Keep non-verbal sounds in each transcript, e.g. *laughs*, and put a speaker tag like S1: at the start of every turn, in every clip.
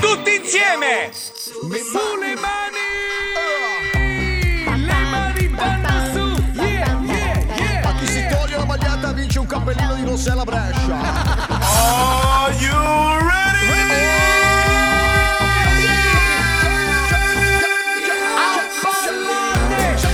S1: Tutti insieme! Sulle mani! Le mani vanno su! Yeah, yeah, yeah!
S2: A chi si toglie la maglietta vince un cappellino di Rossella Brescia.
S1: Are you ready? Ballate!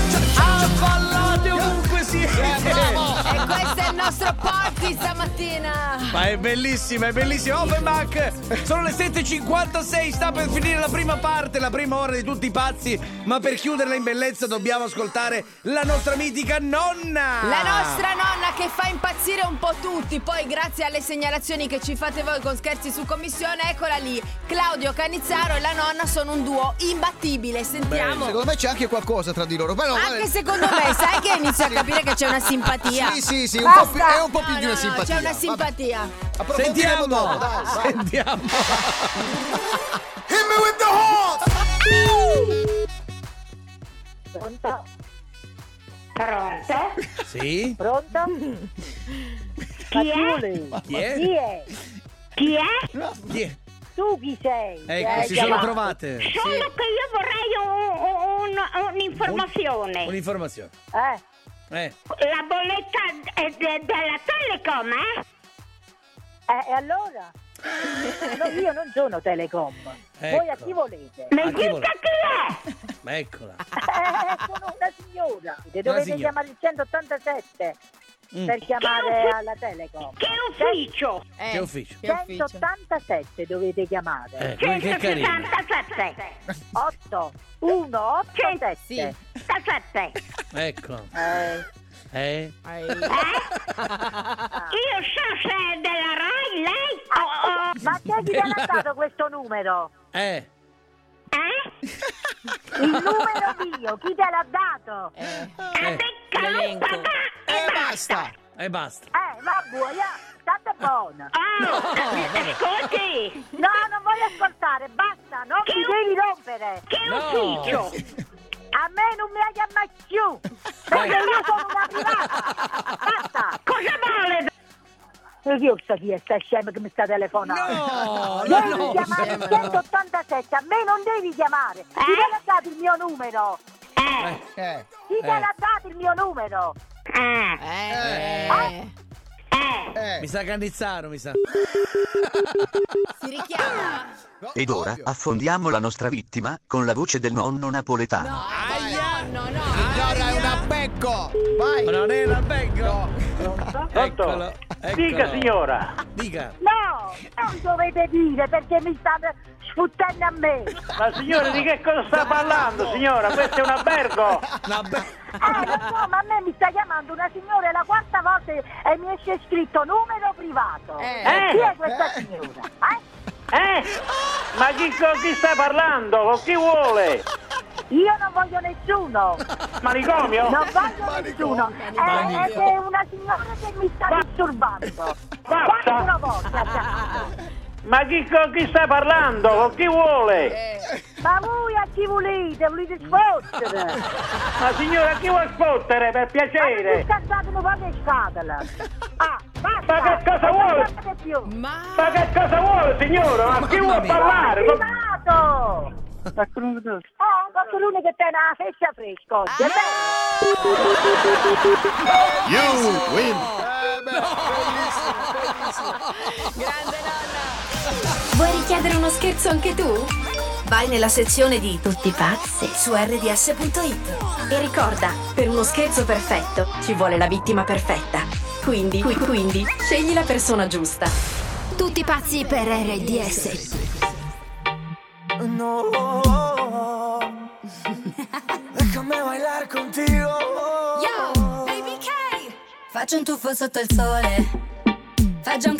S1: Ballate ovunque siete!
S3: E questo è il nostro party stamattina.
S1: Ma è bellissima, è bellissima. Offenbach, sono le 7.56, sta per finire la prima parte, la prima ora di tutti i pazzi. Ma per chiuderla in bellezza dobbiamo ascoltare la nostra mitica nonna.
S3: La nostra nonna che fa impazzire un po' tutti, poi grazie alle segnalazioni che ci fate voi con scherzi su commissione, eccola lì. Claudio Canizzaro e la nonna sono un duo imbattibile, sentiamo.
S2: Secondo me c'è anche qualcosa tra di loro. Però,
S3: Anche
S2: vale-
S3: secondo me, sai che inizio
S2: *laughs*
S3: a capire che c'è una simpatia.
S2: Sì, sì, sì, un
S3: Basta.
S2: po' più- è un po' più
S3: No,
S2: di una
S3: no, no,
S2: simpatia.
S3: C'è una
S2: Vabbè.
S3: simpatia.
S2: Approfondiremo
S1: Sentiamo,
S2: dopo, dai.
S1: sentiamo.
S4: Pronto? Pronto?
S1: *laughs* Sì?
S4: Pronto? Chi è?
S1: Chi è?
S4: Chi è? Chi è?
S1: Chi è?
S4: Tu chi sei?
S1: Ecco,
S4: Eh,
S1: si
S4: già
S1: sono
S4: va.
S1: trovate.
S5: Solo
S1: Sì.
S5: che io vorrei un- un- un- un'informazione.
S1: Un'informazione.
S4: Eh,
S1: Eh.
S5: La bolletta è de- della Telecom, eh?
S4: eh, e allora? No, io non sono Telecom. Voi a
S1: Ecco. *laughs*
S4: chi volete?
S5: Mi
S1: Ah, chi vuole?
S5: dica chi è?
S1: Ma eccola.
S4: Eh, sono una signora. Dovete
S1: signora.
S4: chiamare il 187
S1: Mm.
S4: per chiamare alla Telecom. Cioè,
S5: Che ufficio?
S3: Eh,
S1: Che ufficio?
S3: Che ufficio.
S4: 187 dovete chiamare.
S1: Ecco, che carina.
S5: 177.
S4: 8 1 8 7.
S3: Sì.
S5: 77.
S1: Ecco.
S3: *laughs*
S4: Eh,
S1: Eh?
S3: Eh,
S4: *laughs*
S5: Io so se è della Rai, lei o... o-
S4: ma chi è che ti ha dato questo numero?
S1: Eh?
S5: eh?
S4: Il numero mio, chi te l'ha
S1: *laughs*
S4: dato? Eh,
S5: Ha
S1: Eh.
S5: beccato
S3: l'elenco.
S5: papà e
S2: E
S5: basta.
S2: basta.
S1: E basta.
S4: va Eh, buia, tanto è buona.
S5: Oh, ascolti,
S4: No, non voglio ascoltare, basta, non mi devi rompere.
S5: che
S1: No.
S5: ufficio?
S4: A me non mi hai chiamato più, perché io sono una privata. Basta.
S5: Cosa vuole?
S4: E io so chi è sta scema che mi sta telefonando.
S1: No, no,
S4: Devi
S1: no. Eh,
S4: chiamare il 187, a me non devi chiamare. Chi te l'ha dato il mio numero?
S5: Eh,
S2: Eh.
S4: Chi te
S1: Eh.
S4: l'ha dato il mio numero?
S5: eh,
S3: eh, eh.
S5: eh.
S2: Eh.
S1: Mi sa Cannizzaro, mi sa.
S3: Si richiama.
S2: No,
S6: Ed ora
S2: ovvio.
S6: affondiamo la nostra vittima con la voce del nonno napoletano.
S3: No, dai, no, no, no.
S2: Allora è una becco. Vai.
S1: Ma non è la becco. Eccolo. eccolo.
S7: Dica signora,
S1: Dica.
S4: No, non dovete dire perché mi state sfuttando a me.
S7: ma signora di che cosa sta parlando signora? Questo è un albergo!
S1: La
S7: *laughs*
S1: be-
S4: Eh, lo so, ma a me mi sta chiamando una signora è la quarta volta e mi esce scritto numero privato.
S3: Eh.
S4: Chi è questa signora? Eh?
S7: Eh? Ma chi, con chi sta parlando? Con chi vuole?
S4: Io non voglio nessuno,
S7: Manicomio?
S4: non voglio nessuno. Eh, ed è una signora che mi sta disturbando.
S7: Basta.
S4: Quattro volte ha chiamato.
S7: Ma chi, con chi sta parlando? Con chi vuole?
S4: Ma voi a chi volete? Volete sfottere?
S7: Ma signora chi vuole spottere per
S4: Ma mi
S7: piacere?
S4: scansate un po' di scatole. Ah, basta.
S7: Ma che cosa
S4: Non
S7: vuole?
S4: chiamate più.
S3: Ma
S7: Ma che cosa vuole signora? Ma chi vuole parlare? Con-
S4: privato! Oh, ma sono l'unica che te una feccia fresca oggi, è vero?
S2: Eh, beh, bellissimo.
S3: grande nonna.
S8: Vuoi richiedere uno scherzo anche tu? Vai nella sezione di Tutti pazzi su rds.it e ricorda, per uno scherzo perfetto ci vuole la vittima perfetta. Quindi, qui- quindi, scegli la persona giusta.
S9: Tutti pazzi per RDS.
S10: No, déjame bailar contigo.
S9: Faccio un tuffo sotto il sole. Faccio un